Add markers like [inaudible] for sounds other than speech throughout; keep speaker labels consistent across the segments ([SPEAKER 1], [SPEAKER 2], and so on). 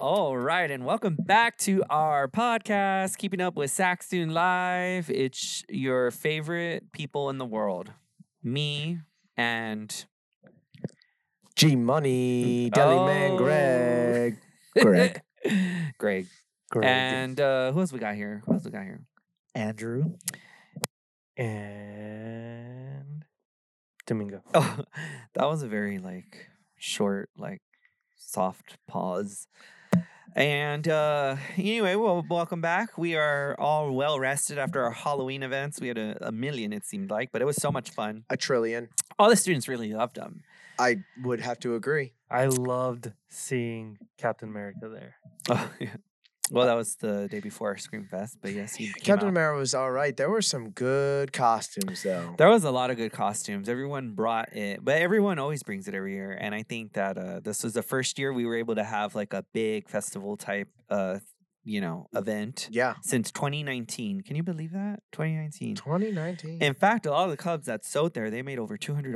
[SPEAKER 1] All right, and welcome back to our podcast, Keeping Up with Saxtoon Live. It's your favorite people in the world, me and
[SPEAKER 2] G Money, Deli Man,
[SPEAKER 1] Oh.
[SPEAKER 2] Greg, Greg,
[SPEAKER 1] [laughs] Greg.
[SPEAKER 2] Greg,
[SPEAKER 1] And uh, who else we got here? Who else we got here? [laughs]
[SPEAKER 2] Andrew, and Domingo.
[SPEAKER 1] Oh, that was a very like short, like soft pause. And uh anyway, well, welcome back. We are all well rested after our Halloween events. We had a, a million, it seemed like, but it was so much fun.
[SPEAKER 2] A trillion.
[SPEAKER 1] All the students really loved them.
[SPEAKER 2] I would have to agree.
[SPEAKER 3] I loved seeing Captain America there.
[SPEAKER 1] Oh, [laughs] yeah. Well, that was the day before Scream Fest, but yes, he came
[SPEAKER 2] Captain
[SPEAKER 1] out.
[SPEAKER 2] America was all right. There were some good costumes though.
[SPEAKER 1] There was a lot of good costumes. Everyone brought it, but everyone always brings it every year. And I think that uh, this was the first year we were able to have like a big festival type, uh, you know, event
[SPEAKER 2] yeah,
[SPEAKER 1] since 2019. Can you believe that? 2019.
[SPEAKER 2] 2019.
[SPEAKER 1] In fact, a lot of the clubs that sold there, they made over $200.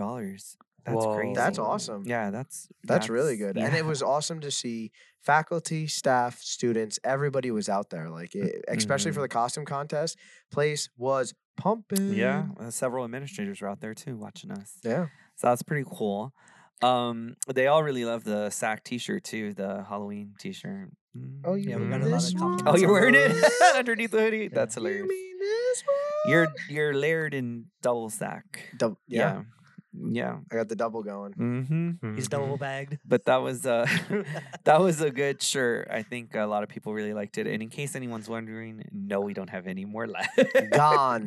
[SPEAKER 1] That's
[SPEAKER 3] Whoa.
[SPEAKER 1] crazy.
[SPEAKER 2] That's awesome.
[SPEAKER 1] Yeah, that's
[SPEAKER 2] That's, really good. And
[SPEAKER 1] yeah.
[SPEAKER 2] it was awesome to see faculty, staff, students, everybody was out there. Like,
[SPEAKER 1] Mm,
[SPEAKER 2] it, especially
[SPEAKER 1] mm-hmm.
[SPEAKER 2] for the costume contest, place was pumping.
[SPEAKER 1] yeah. uh, several administrators were out there too watching us.
[SPEAKER 2] Yeah.
[SPEAKER 1] So that's pretty cool. Um, they all really love the SAC T-shirt too, the Halloween T-shirt. Mm,
[SPEAKER 2] Oh, you
[SPEAKER 1] yeah, we
[SPEAKER 3] mean
[SPEAKER 1] got a lot
[SPEAKER 3] this
[SPEAKER 1] of
[SPEAKER 3] one?
[SPEAKER 1] compliments. Oh, you're wearing it [laughs]
[SPEAKER 2] Yeah.
[SPEAKER 1] underneath the hoodie. That's
[SPEAKER 2] You
[SPEAKER 1] hilarious.
[SPEAKER 2] mean this one?
[SPEAKER 1] You're you're layered in double sack.
[SPEAKER 2] Dou- yeah,
[SPEAKER 1] yeah.
[SPEAKER 2] I got the double going.
[SPEAKER 1] Mm-hmm.
[SPEAKER 3] Mhm.
[SPEAKER 1] bagged. But that was uh, [laughs] that was a good shirt. I think a lot of people really liked it. And in case anyone's wondering, no, we don't have any more left.
[SPEAKER 2] [laughs] Gone.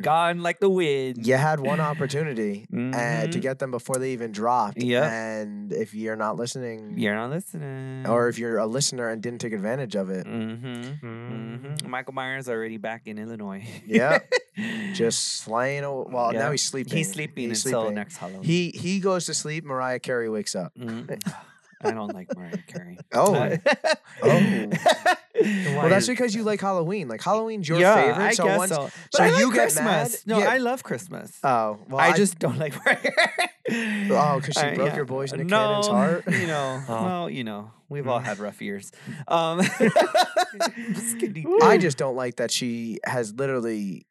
[SPEAKER 1] [laughs] Gone like the wind.
[SPEAKER 2] You had one opportunity uh, to
[SPEAKER 1] Mhm.
[SPEAKER 2] get them before they even dropped.
[SPEAKER 1] Yep.
[SPEAKER 2] And if you're not listening,
[SPEAKER 1] Mm-hmm. You're not listening.
[SPEAKER 2] or if you're a listener and didn't take advantage of it,
[SPEAKER 1] Mm-hmm.
[SPEAKER 3] Mhm.
[SPEAKER 1] Mm-hmm. Michael Myers already back in Illinois. [laughs]
[SPEAKER 2] Yeah, just slaying. aw- Well,
[SPEAKER 1] Mm-hmm. Yeah.
[SPEAKER 2] now he's sleeping.
[SPEAKER 1] he's sleeping
[SPEAKER 2] He's
[SPEAKER 1] until
[SPEAKER 2] sleeping.
[SPEAKER 1] next Halloween.
[SPEAKER 2] He he goes to sleep. Mariah Carey wakes up. [laughs]
[SPEAKER 1] Mm. I don't like Mariah Carey.
[SPEAKER 2] Oh,
[SPEAKER 1] Uh,
[SPEAKER 2] [laughs]
[SPEAKER 1] [laughs]
[SPEAKER 2] Oh. well, that's
[SPEAKER 3] Why-
[SPEAKER 2] because you like Halloween. Like Halloween's your
[SPEAKER 1] yeah,
[SPEAKER 2] favorite.
[SPEAKER 1] I
[SPEAKER 2] so
[SPEAKER 1] guess
[SPEAKER 2] once,
[SPEAKER 1] so. But
[SPEAKER 2] so
[SPEAKER 1] I like
[SPEAKER 2] you get
[SPEAKER 1] Christmas.
[SPEAKER 2] mad-
[SPEAKER 1] No,
[SPEAKER 2] yeah.
[SPEAKER 1] I love Christmas.
[SPEAKER 2] Oh well,
[SPEAKER 1] I just don't like Mariah. Carey.
[SPEAKER 2] Oh, 'cause she
[SPEAKER 1] Uh,
[SPEAKER 2] broke your boys Nick
[SPEAKER 1] no,
[SPEAKER 2] Cannon's
[SPEAKER 1] [laughs]
[SPEAKER 2] heart?
[SPEAKER 1] You
[SPEAKER 2] [laughs]
[SPEAKER 1] know,
[SPEAKER 3] Oh.
[SPEAKER 1] well, you know, we've all
[SPEAKER 3] Mm.
[SPEAKER 1] had rough years. Um, [laughs] just kidding.
[SPEAKER 2] I just don't like that she has literally.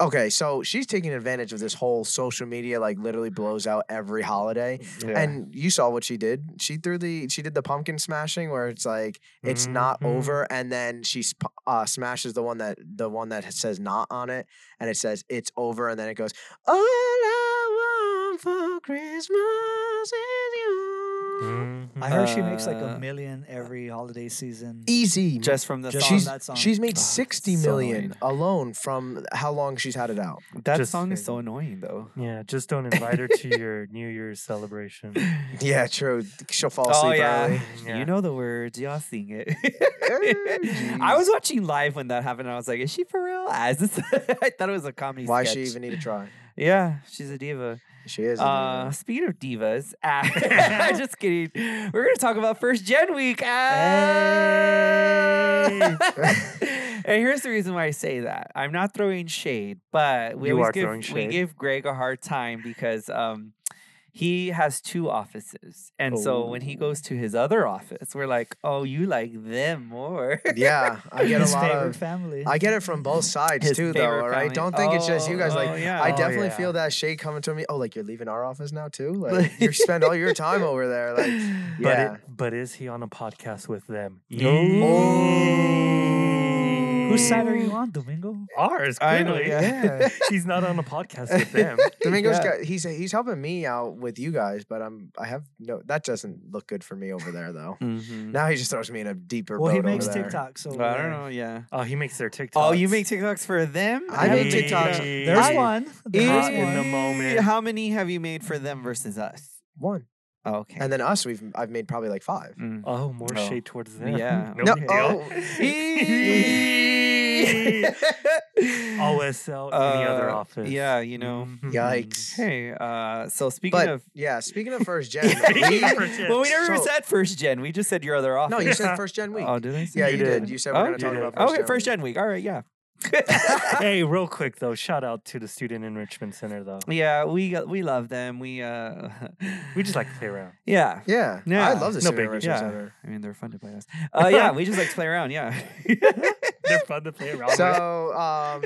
[SPEAKER 2] Okay, so she's taking advantage of this whole social media. Like literally blows out every holiday.
[SPEAKER 3] Yeah.
[SPEAKER 2] And you saw what she did. She threw the she did the pumpkin smashing where it's like it's not
[SPEAKER 3] Mhm.
[SPEAKER 2] over, and then she sp- uh, smashes the one that the one that says not on it, and it says it's over, and then it goes all I want for Christmas is you.
[SPEAKER 3] Mhm.
[SPEAKER 4] I heard she makes like
[SPEAKER 1] Uh,
[SPEAKER 4] a million every holiday season.
[SPEAKER 2] Easy.
[SPEAKER 1] just from the
[SPEAKER 4] Just
[SPEAKER 1] song.
[SPEAKER 2] she's
[SPEAKER 4] on that song.
[SPEAKER 2] she's made
[SPEAKER 1] Ah,
[SPEAKER 2] sixty
[SPEAKER 1] so
[SPEAKER 2] million alone from how long she's had it out.
[SPEAKER 1] that
[SPEAKER 3] Just
[SPEAKER 1] song is so
[SPEAKER 3] crazy.
[SPEAKER 1] annoying, though.
[SPEAKER 3] Yeah, just don't invite her to your New Year's celebration.
[SPEAKER 2] Yeah, true. She'll fall
[SPEAKER 1] Oh,
[SPEAKER 2] asleep early.
[SPEAKER 1] [laughs]
[SPEAKER 3] Yeah.
[SPEAKER 1] You know the words, y'all sing it. [laughs]
[SPEAKER 2] Oh,
[SPEAKER 1] I was watching live when that happened and I was like, is she for real? [laughs] As this I thought it was a comedy
[SPEAKER 2] Why
[SPEAKER 1] sketch.
[SPEAKER 2] she even need to try?
[SPEAKER 1] Yeah, she's a diva.
[SPEAKER 2] She is. a
[SPEAKER 1] Uh
[SPEAKER 2] diva.
[SPEAKER 1] speaking of divas,
[SPEAKER 2] [laughs]
[SPEAKER 1] ah, [laughs] just kidding. We're gonna talk about first gen week. ah. [laughs] and here's the reason why I say that. I'm not throwing shade, but we
[SPEAKER 3] You
[SPEAKER 1] always
[SPEAKER 3] are
[SPEAKER 1] give
[SPEAKER 3] throwing
[SPEAKER 1] we
[SPEAKER 3] shade.
[SPEAKER 1] give Greg a hard time because um he has two offices. And so when he goes to his other office, we're like, Oh, you like them more. [laughs]
[SPEAKER 2] yeah, I
[SPEAKER 4] [laughs]
[SPEAKER 2] get a
[SPEAKER 4] His
[SPEAKER 2] lot
[SPEAKER 4] favorite
[SPEAKER 2] of.
[SPEAKER 4] family.
[SPEAKER 2] I get it from both sides
[SPEAKER 1] His
[SPEAKER 2] too, though.
[SPEAKER 1] favorite
[SPEAKER 2] All
[SPEAKER 1] family.
[SPEAKER 2] right, don't think it's just you
[SPEAKER 1] Oh,
[SPEAKER 2] guys.
[SPEAKER 1] oh,
[SPEAKER 2] Like,
[SPEAKER 1] yeah.
[SPEAKER 2] I
[SPEAKER 3] Oh,
[SPEAKER 2] definitely
[SPEAKER 3] yeah.
[SPEAKER 2] feel that shade coming to me. Oh, like you're leaving our office now too. Like you spend all your time over there. Like,
[SPEAKER 3] But,
[SPEAKER 2] yeah.
[SPEAKER 3] it, but is he on a podcast with them?
[SPEAKER 4] Whose side are you on, Domingo?
[SPEAKER 3] Ours,
[SPEAKER 1] I know,
[SPEAKER 3] clearly.
[SPEAKER 2] yeah.
[SPEAKER 3] [laughs] He's not on a podcast
[SPEAKER 1] [laughs]
[SPEAKER 3] with them.
[SPEAKER 2] Domingo's
[SPEAKER 1] Yeah.
[SPEAKER 2] got he's he's helping me out with you guys, but I'm I have no that doesn't look good for me over there though.
[SPEAKER 1] Mhm.
[SPEAKER 2] Now he just throws me in a deeper.
[SPEAKER 4] Well,
[SPEAKER 2] boat
[SPEAKER 4] he
[SPEAKER 2] over
[SPEAKER 4] makes
[SPEAKER 2] there.
[SPEAKER 4] TikTok, so
[SPEAKER 1] But I don't know, yeah.
[SPEAKER 3] Oh, he makes their TikToks.
[SPEAKER 1] Oh, you make TikToks for them?
[SPEAKER 2] I
[SPEAKER 1] How
[SPEAKER 2] make
[SPEAKER 1] many-
[SPEAKER 2] TikToks.
[SPEAKER 4] There's
[SPEAKER 2] I-
[SPEAKER 4] one. There's
[SPEAKER 3] Hot
[SPEAKER 1] Easy.
[SPEAKER 3] in the
[SPEAKER 4] one.
[SPEAKER 3] moment.
[SPEAKER 1] How many have you made for them versus us?
[SPEAKER 2] one,
[SPEAKER 1] Okay.
[SPEAKER 2] and then us. We've I've made probably like five.
[SPEAKER 1] [laughs] Mm.
[SPEAKER 3] Oh, more
[SPEAKER 1] Oh.
[SPEAKER 3] [laughs] shade towards them.
[SPEAKER 2] Oh.
[SPEAKER 1] Yeah.
[SPEAKER 3] No,
[SPEAKER 2] No,
[SPEAKER 3] big deal.
[SPEAKER 2] oh,
[SPEAKER 3] me. Always Mm-hmm. sell any other
[SPEAKER 1] Uh,
[SPEAKER 3] office.
[SPEAKER 1] Yeah, you know. [laughs]
[SPEAKER 2] Yikes.
[SPEAKER 1] Hey, uh, so speaking
[SPEAKER 2] But- [laughs]
[SPEAKER 1] of,
[SPEAKER 2] Yeah, speaking of first
[SPEAKER 1] [laughs]
[SPEAKER 2] gen,
[SPEAKER 3] Yeah,
[SPEAKER 2] we- [laughs]
[SPEAKER 3] yeah, for sure.
[SPEAKER 1] well, we never
[SPEAKER 2] So-
[SPEAKER 1] said first gen. We just said your other office.
[SPEAKER 2] no, you said
[SPEAKER 3] Yeah.
[SPEAKER 2] first gen week.
[SPEAKER 1] Oh, did I? say
[SPEAKER 2] yeah,
[SPEAKER 1] that?
[SPEAKER 2] you did. You said we
[SPEAKER 1] Oh,
[SPEAKER 2] are gonna
[SPEAKER 3] you
[SPEAKER 2] talk
[SPEAKER 3] did.
[SPEAKER 2] about first
[SPEAKER 1] Okay,
[SPEAKER 2] gen.
[SPEAKER 1] first
[SPEAKER 2] week.
[SPEAKER 1] gen week. All right,
[SPEAKER 2] [laughs]
[SPEAKER 1] yeah.
[SPEAKER 3] hey, real quick though, shout out to the Student Enrichment Center though.
[SPEAKER 1] yeah, we got- we love them. We uh, [laughs]
[SPEAKER 3] We just like to play around.
[SPEAKER 1] yeah.
[SPEAKER 2] Yeah,
[SPEAKER 1] Yeah.
[SPEAKER 2] I love this
[SPEAKER 3] No
[SPEAKER 2] student enrichment
[SPEAKER 3] biggie.
[SPEAKER 1] Yeah.
[SPEAKER 2] center.
[SPEAKER 1] I mean, they're funded by us. Uh, yeah, we just like to play around.
[SPEAKER 2] [laughs]
[SPEAKER 1] Yeah.
[SPEAKER 3] They're fun to play around. with.
[SPEAKER 2] So um,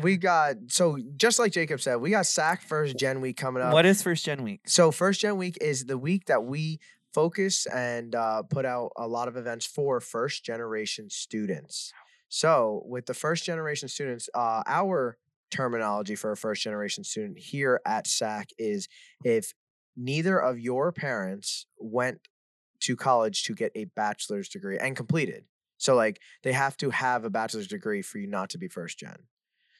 [SPEAKER 2] we got so just like Jacob said, we got SAC first gen week coming up.
[SPEAKER 1] what is first gen week?
[SPEAKER 2] So first gen week is the week that we focus and uh, put out a lot of events for first generation students. So with the first generation students, uh, our terminology for a first generation student here at SAC is if neither of your parents went to college to get a bachelor's degree and completed. So like they have to have a bachelor's degree for you not to be first gen.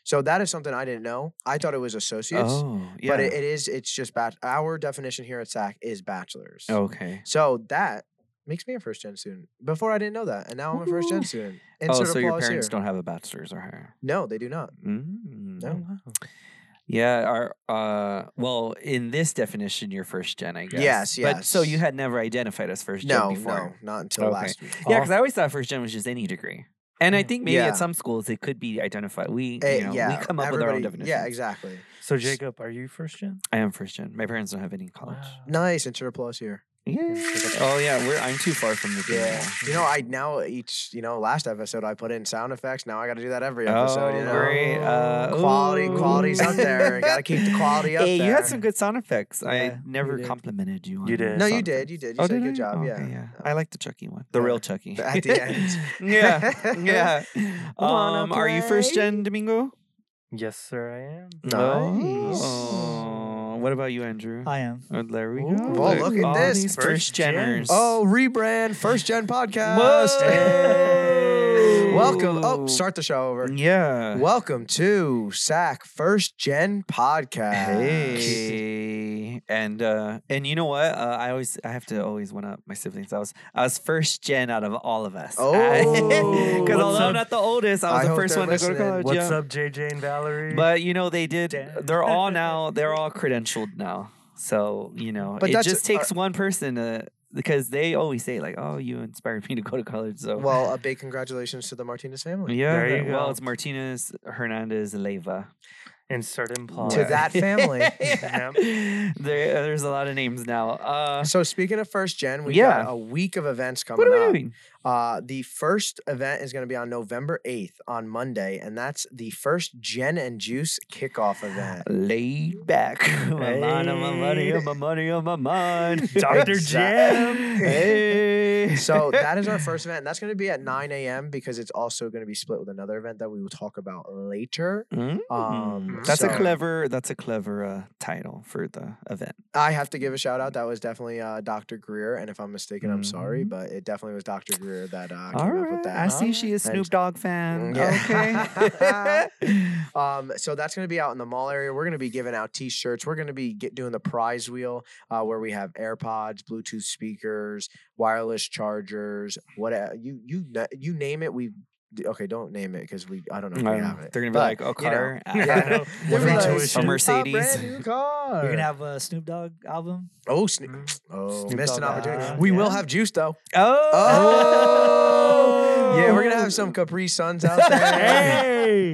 [SPEAKER 2] So that is something I didn't know. I thought it was associates
[SPEAKER 1] oh, yeah.
[SPEAKER 2] but it, it is it's just bat- our definition here at SAC is bachelors.
[SPEAKER 1] okay.
[SPEAKER 2] So that makes me a first gen student. Before I didn't know that, and now I'm a first gen
[SPEAKER 1] Ooh.
[SPEAKER 2] student.
[SPEAKER 1] Oh,
[SPEAKER 2] Insert
[SPEAKER 1] so your
[SPEAKER 2] applause
[SPEAKER 1] parents
[SPEAKER 2] here.
[SPEAKER 1] don't have a bachelor's or higher?
[SPEAKER 2] No, they do not.
[SPEAKER 1] Mm.
[SPEAKER 2] No.
[SPEAKER 1] Yeah, our uh well, in this definition you're first gen, I guess.
[SPEAKER 2] Yes,
[SPEAKER 1] But so you
[SPEAKER 2] yes.
[SPEAKER 1] had never identified as first
[SPEAKER 2] No,
[SPEAKER 1] gen before.
[SPEAKER 2] no, not until
[SPEAKER 1] Okay.
[SPEAKER 2] last week.
[SPEAKER 1] Yeah, because I always thought first gen was just any degree. And I
[SPEAKER 3] Yeah.
[SPEAKER 1] think maybe
[SPEAKER 2] Mm-hmm. Yeah.
[SPEAKER 1] at some schools it could be identified. We
[SPEAKER 2] Eh,
[SPEAKER 1] you know,
[SPEAKER 2] yeah,
[SPEAKER 1] we come up with our own
[SPEAKER 2] everybody-
[SPEAKER 1] definition.
[SPEAKER 2] Yeah, exactly.
[SPEAKER 3] So Jacob, are you first gen?
[SPEAKER 1] I am first gen. My parents don't have any
[SPEAKER 2] Oh,
[SPEAKER 1] college.
[SPEAKER 2] Nice. Insert applause here.
[SPEAKER 1] Yeah.
[SPEAKER 3] Interesting.
[SPEAKER 1] Oh yeah, we're I'm too far from the dream
[SPEAKER 2] Yeah.
[SPEAKER 1] wall.
[SPEAKER 2] You know, I now each you know last episode I put in sound effects. Now I got to do that every
[SPEAKER 1] Oh,
[SPEAKER 2] episode. you know?
[SPEAKER 1] great. Uh,
[SPEAKER 2] Quality-
[SPEAKER 1] ooh.
[SPEAKER 2] quality's up there. Gotta keep the
[SPEAKER 1] [laughs]
[SPEAKER 2] quality up
[SPEAKER 1] hey, you had
[SPEAKER 2] there.
[SPEAKER 1] some good sound effects. I
[SPEAKER 4] Yeah,
[SPEAKER 1] never
[SPEAKER 4] you did.
[SPEAKER 1] complimented you on
[SPEAKER 3] You
[SPEAKER 1] the
[SPEAKER 3] did.
[SPEAKER 2] No, you
[SPEAKER 1] sound
[SPEAKER 2] did.
[SPEAKER 1] effects.
[SPEAKER 2] You did. You
[SPEAKER 1] Oh,
[SPEAKER 2] did a
[SPEAKER 1] did
[SPEAKER 2] good
[SPEAKER 1] I?
[SPEAKER 2] job.
[SPEAKER 1] Okay,
[SPEAKER 2] yeah. Oh.
[SPEAKER 1] I like the Chucky one. The
[SPEAKER 2] Yeah.
[SPEAKER 1] real
[SPEAKER 2] [laughs]
[SPEAKER 1] Chucky. [laughs]
[SPEAKER 2] At the end.
[SPEAKER 1] yeah.
[SPEAKER 2] [laughs]
[SPEAKER 1] Yeah.
[SPEAKER 2] Wanna
[SPEAKER 1] Um, are you first
[SPEAKER 2] play?
[SPEAKER 1] gen, Domingo?
[SPEAKER 3] Yes, sir, I am.
[SPEAKER 2] Nice.
[SPEAKER 1] Oh. What about you, Andrew?
[SPEAKER 4] I am.
[SPEAKER 1] Oh, there we
[SPEAKER 3] Ooh.
[SPEAKER 1] go.
[SPEAKER 3] Well,
[SPEAKER 2] look at
[SPEAKER 1] all
[SPEAKER 2] this.
[SPEAKER 1] These first
[SPEAKER 3] First gen.
[SPEAKER 1] geners.
[SPEAKER 2] Oh, rebrand first gen podcast.
[SPEAKER 1] Must-
[SPEAKER 2] Hey. Welcome.
[SPEAKER 1] Whoa.
[SPEAKER 2] Oh, start the show over.
[SPEAKER 1] yeah.
[SPEAKER 2] Welcome to SAC First Gen Podcast.
[SPEAKER 1] Hey. And uh and you know what? Uh, I always I have to always one up my siblings. I was I was first gen out of all of us. [laughs]
[SPEAKER 2] Oh.
[SPEAKER 1] because
[SPEAKER 3] What's
[SPEAKER 1] although I'm
[SPEAKER 3] up?
[SPEAKER 1] not the oldest, I was
[SPEAKER 2] I
[SPEAKER 1] the
[SPEAKER 2] hope
[SPEAKER 1] first
[SPEAKER 2] they're
[SPEAKER 1] one to go
[SPEAKER 2] listening.
[SPEAKER 1] to college.
[SPEAKER 3] What's
[SPEAKER 1] yeah.
[SPEAKER 3] up, JJ and Valerie?
[SPEAKER 1] But you know they did.
[SPEAKER 3] Dan.
[SPEAKER 1] They're all now. They're all credentialed now. So you know
[SPEAKER 2] But
[SPEAKER 1] it
[SPEAKER 2] that's- uh
[SPEAKER 1] just takes one person to because they always say like, "Oh, you inspired me to go to college." So
[SPEAKER 2] Well, a big congratulations to the Martinez family.
[SPEAKER 1] yeah.
[SPEAKER 3] There you
[SPEAKER 1] that- well,
[SPEAKER 3] go.
[SPEAKER 1] it's Martinez, Hernandez, Leyva.
[SPEAKER 3] insert
[SPEAKER 2] To
[SPEAKER 3] impulse. [laughs]
[SPEAKER 2] that
[SPEAKER 1] [laughs]
[SPEAKER 2] family. [laughs]
[SPEAKER 1] Yeah. There, there's a lot of names now. Uh,
[SPEAKER 2] So speaking of first gen, we
[SPEAKER 1] Yeah.
[SPEAKER 2] got a week of events coming
[SPEAKER 1] what are we
[SPEAKER 2] up.
[SPEAKER 1] doing?
[SPEAKER 2] Uh, the first event is going to be on November 8th on Monday, and that's the first Gen and Juice kickoff event.
[SPEAKER 1] Laid back.
[SPEAKER 2] [laughs]
[SPEAKER 1] [laughs] my mind on my money, on my money, on my
[SPEAKER 2] [laughs]
[SPEAKER 1] mind.
[SPEAKER 3] Dr.
[SPEAKER 1] [laughs]
[SPEAKER 3] Jam.
[SPEAKER 1] Hey.
[SPEAKER 2] So that
[SPEAKER 1] [laughs]
[SPEAKER 2] is our first event, and that's going to be at 9 a.m. because it's also going to be split with another event that we will talk about later.
[SPEAKER 1] Mm.
[SPEAKER 2] Um,
[SPEAKER 1] that's a
[SPEAKER 2] so-
[SPEAKER 1] clever. That's a clever uh, title for the event.
[SPEAKER 2] I have to give a shout out. That was definitely uh, Dr. Greer, and if I'm mistaken, I'm sorry,
[SPEAKER 1] Mhm.
[SPEAKER 2] but it definitely was Dr. Greer that uh, came
[SPEAKER 1] All
[SPEAKER 2] up
[SPEAKER 1] right.
[SPEAKER 2] with
[SPEAKER 1] I
[SPEAKER 2] that.
[SPEAKER 1] see she is
[SPEAKER 2] Thanks.
[SPEAKER 1] Snoop Dogg fan.
[SPEAKER 2] Mm,
[SPEAKER 1] [laughs]
[SPEAKER 2] yeah.
[SPEAKER 1] Okay.
[SPEAKER 2] Um, so that's going to be out in the mall area. We're going to be giving out T-shirts. We're going to be get, doing the prize wheel uh, where we have AirPods, Bluetooth speakers, wireless chargers, what e, you you na- you name it. We d- okay, don't name it because we I don't know if
[SPEAKER 1] I
[SPEAKER 2] [laughs] we
[SPEAKER 1] don't
[SPEAKER 2] have
[SPEAKER 1] know.
[SPEAKER 2] it.
[SPEAKER 1] Um, They're gonna be
[SPEAKER 2] But,
[SPEAKER 1] like, oh,
[SPEAKER 2] you know,
[SPEAKER 1] car.
[SPEAKER 2] [laughs] yeah.
[SPEAKER 3] Yeah.
[SPEAKER 2] they're
[SPEAKER 3] Free
[SPEAKER 2] gonna be like,
[SPEAKER 3] tuition.
[SPEAKER 2] "A
[SPEAKER 1] A Mercedes.
[SPEAKER 2] brand new car.
[SPEAKER 4] You're gonna have a Snoop Dogg album.
[SPEAKER 2] oh, Snoop, [laughs]
[SPEAKER 3] Mm.
[SPEAKER 2] oh
[SPEAKER 4] Snoop
[SPEAKER 2] missed an
[SPEAKER 4] Dogg,
[SPEAKER 2] opportunity.
[SPEAKER 4] uh,
[SPEAKER 2] we will
[SPEAKER 4] yeah.
[SPEAKER 2] have juice though.
[SPEAKER 1] [laughs] Oh.
[SPEAKER 2] Oh, yeah, we're gonna have [laughs] some Capri Suns
[SPEAKER 1] [laughs]
[SPEAKER 2] out there.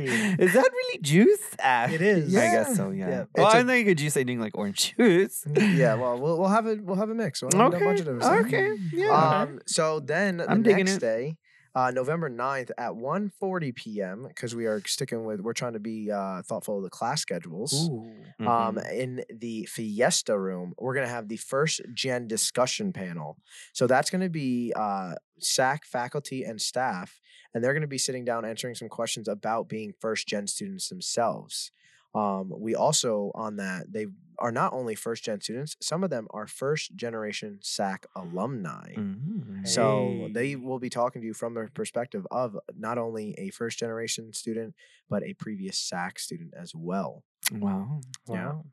[SPEAKER 3] hey.
[SPEAKER 1] Is that really juice? Ah,
[SPEAKER 4] It is.
[SPEAKER 1] I guess
[SPEAKER 2] Yeah.
[SPEAKER 1] so. Yeah.
[SPEAKER 4] Yeah.
[SPEAKER 1] Well,
[SPEAKER 2] It's
[SPEAKER 1] I
[SPEAKER 2] a-
[SPEAKER 1] know you could juice. I doing like orange
[SPEAKER 2] [laughs]
[SPEAKER 1] juice.
[SPEAKER 2] yeah, well, we'll we'll have a we'll have a mix. We'll have a bunch
[SPEAKER 1] Okay.
[SPEAKER 2] of different stuff.
[SPEAKER 1] Okay. Yeah.
[SPEAKER 2] Um, so then the
[SPEAKER 1] I'm digging
[SPEAKER 2] next
[SPEAKER 1] it.
[SPEAKER 2] day, uh, November 9th at 1.40 p.m., because we are sticking with, we're trying to be uh, thoughtful of the class schedules.
[SPEAKER 4] Ooh.
[SPEAKER 2] Um,
[SPEAKER 3] Mm-hmm.
[SPEAKER 2] in the Fiesta room, we're going to have the first gen discussion panel. So that's going to be uh, SAC faculty and staff, and they're going to be sitting down answering some questions about being first gen students themselves. Um, we also, on that, they are not only first gen students, some of them are first generation SAC alumni.
[SPEAKER 1] Mhm.
[SPEAKER 3] Hey.
[SPEAKER 2] So they
[SPEAKER 3] Hey.
[SPEAKER 2] will be talking to you from the perspective of not only a first generation student, but a previous SAC student as well.
[SPEAKER 1] Wow.
[SPEAKER 3] Wow.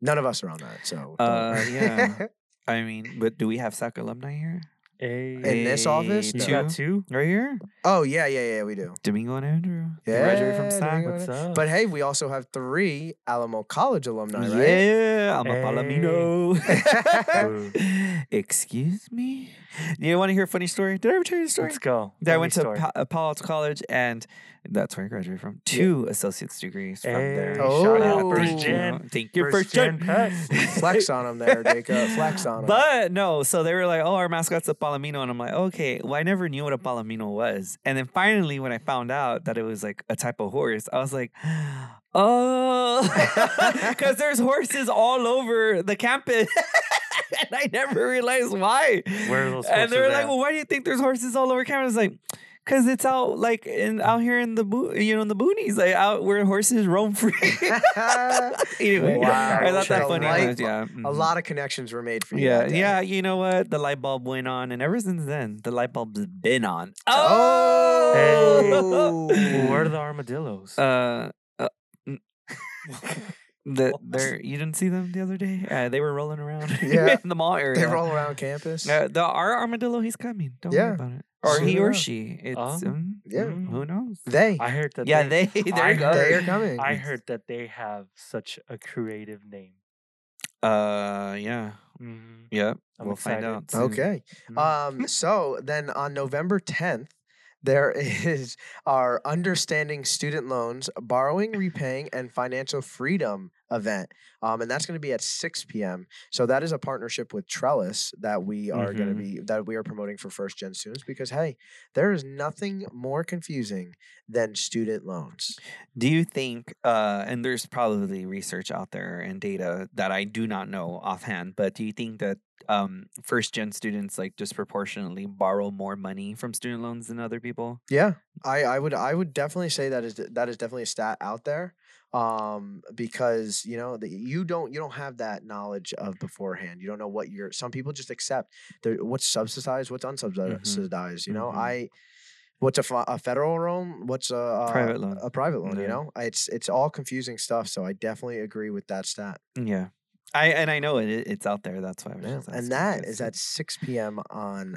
[SPEAKER 2] None of us are on that. So don't [laughs]
[SPEAKER 1] Uh,
[SPEAKER 2] worry.
[SPEAKER 1] yeah. I mean, but do we have SAC alumni here?
[SPEAKER 3] A.
[SPEAKER 2] In this office?
[SPEAKER 3] You
[SPEAKER 1] Two.
[SPEAKER 3] got two?
[SPEAKER 1] Right here?
[SPEAKER 2] Oh yeah, yeah, yeah. We do.
[SPEAKER 1] Domingo and Andrew. They
[SPEAKER 2] Yeah,
[SPEAKER 1] graduated from
[SPEAKER 2] Domingo
[SPEAKER 1] SAC.
[SPEAKER 2] and
[SPEAKER 3] What's up?
[SPEAKER 2] But hey, we also have three Alamo College alumni, right?
[SPEAKER 1] Yeah, I'm a Palomino. [laughs] Excuse me. You want to hear a funny story? Did I ever tell you the story?
[SPEAKER 3] Let's go.
[SPEAKER 1] That I
[SPEAKER 3] Funny
[SPEAKER 1] went to
[SPEAKER 3] story.
[SPEAKER 1] pa- uh, Palo Alto College, and that's where I graduated from. Two associate's degrees from there.
[SPEAKER 3] Hey,
[SPEAKER 2] Oh.
[SPEAKER 3] shout
[SPEAKER 1] Yeah,
[SPEAKER 3] out.
[SPEAKER 1] thank
[SPEAKER 3] First
[SPEAKER 1] you.
[SPEAKER 3] gen.
[SPEAKER 1] Thank you,
[SPEAKER 3] First
[SPEAKER 1] first gen. [laughs]
[SPEAKER 3] gen pass.
[SPEAKER 2] Flex on them there, Jacob. Flex on them.
[SPEAKER 1] But no, so they were like, "Oh, our mascot's a palomino," and I'm like, "Okay." Well, I never knew what a palomino was, and then finally, when I found out that it was like a type of horse, I was like, [gasps] "Oh," [laughs] because there's horses all over the campus, [laughs] and I never realized why.
[SPEAKER 3] Where are those
[SPEAKER 1] and they were
[SPEAKER 3] horses
[SPEAKER 1] like,
[SPEAKER 3] at?
[SPEAKER 1] "Well, why do you think there's horses all over campus?" I was like. Cause it's out like in out here in the bo- you know in the boonies like out where horses roam free. [laughs] anyway,
[SPEAKER 2] Wow.
[SPEAKER 1] I thought that
[SPEAKER 2] A
[SPEAKER 1] funny.
[SPEAKER 2] light-
[SPEAKER 1] yeah, [laughs]
[SPEAKER 2] [laughs] a
[SPEAKER 1] mhm.
[SPEAKER 2] lot of connections were made for you.
[SPEAKER 1] Yeah,
[SPEAKER 2] that day.
[SPEAKER 1] yeah. You know what? The light bulb went on, and ever since then, the light bulb's been on.
[SPEAKER 2] Oh.
[SPEAKER 3] Well, Where are the armadillos?
[SPEAKER 1] uh, uh,
[SPEAKER 2] [laughs]
[SPEAKER 1] mm. [laughs] the there. You didn't see them the other day. Uh, they were rolling around. [laughs]
[SPEAKER 2] Yeah.
[SPEAKER 1] in the mall area.
[SPEAKER 2] They roll around campus.
[SPEAKER 1] Uh, the our armadillo, he's coming. Don't
[SPEAKER 2] Yeah.
[SPEAKER 1] worry about it. Or
[SPEAKER 2] Soon
[SPEAKER 1] he or
[SPEAKER 2] enough.
[SPEAKER 1] she. It's
[SPEAKER 3] Oh,
[SPEAKER 1] um,
[SPEAKER 2] yeah.
[SPEAKER 1] mm, Who knows?
[SPEAKER 2] They.
[SPEAKER 3] I heard that.
[SPEAKER 1] yeah,
[SPEAKER 3] they,
[SPEAKER 1] they. There
[SPEAKER 3] I
[SPEAKER 1] you go.
[SPEAKER 2] they [laughs] are
[SPEAKER 3] heard-
[SPEAKER 2] coming.
[SPEAKER 3] I heard that they have such a creative name.
[SPEAKER 1] Uh, yeah,
[SPEAKER 3] Mhm.
[SPEAKER 1] yeah.
[SPEAKER 3] I'm
[SPEAKER 1] we'll
[SPEAKER 3] excited.
[SPEAKER 1] find out. soon.
[SPEAKER 2] Okay.
[SPEAKER 3] Mhm.
[SPEAKER 2] Um, so then on November 10th, there [laughs] is our Understanding Student Loans, Borrowing, Repaying, and Financial Freedom event. Um, and that's going to be at 6 p.m. So that is a partnership with Trellis that we are going to
[SPEAKER 3] Mhm.
[SPEAKER 2] be that we are promoting for first gen students because hey, there is nothing more confusing than student loans.
[SPEAKER 1] Do you think, uh, and there's probably research out there and data that I do not know offhand, but do you think that um, first gen students like disproportionately borrow more money from student loans than other people?
[SPEAKER 2] Yeah, I, I would I would definitely say that is that is definitely a stat out there, um, because you know that you don't you don't have that knowledge of beforehand. You don't know what you're. Some people just accept the, what's subsidized, what's unsubsidized.
[SPEAKER 1] Mhm.
[SPEAKER 2] You know,
[SPEAKER 1] Mhm.
[SPEAKER 2] I what's a, fi- a federal loan, what's a, uh
[SPEAKER 1] Private loan.
[SPEAKER 2] a private loan. You
[SPEAKER 1] Yeah.
[SPEAKER 2] know, it's it's all confusing stuff. So I definitely agree with that stat.
[SPEAKER 1] Yeah. I and I know it, it- it's out there. That's why I was just
[SPEAKER 2] And
[SPEAKER 1] asking,
[SPEAKER 2] that
[SPEAKER 1] because
[SPEAKER 2] is at
[SPEAKER 1] it's-
[SPEAKER 2] six p.m. on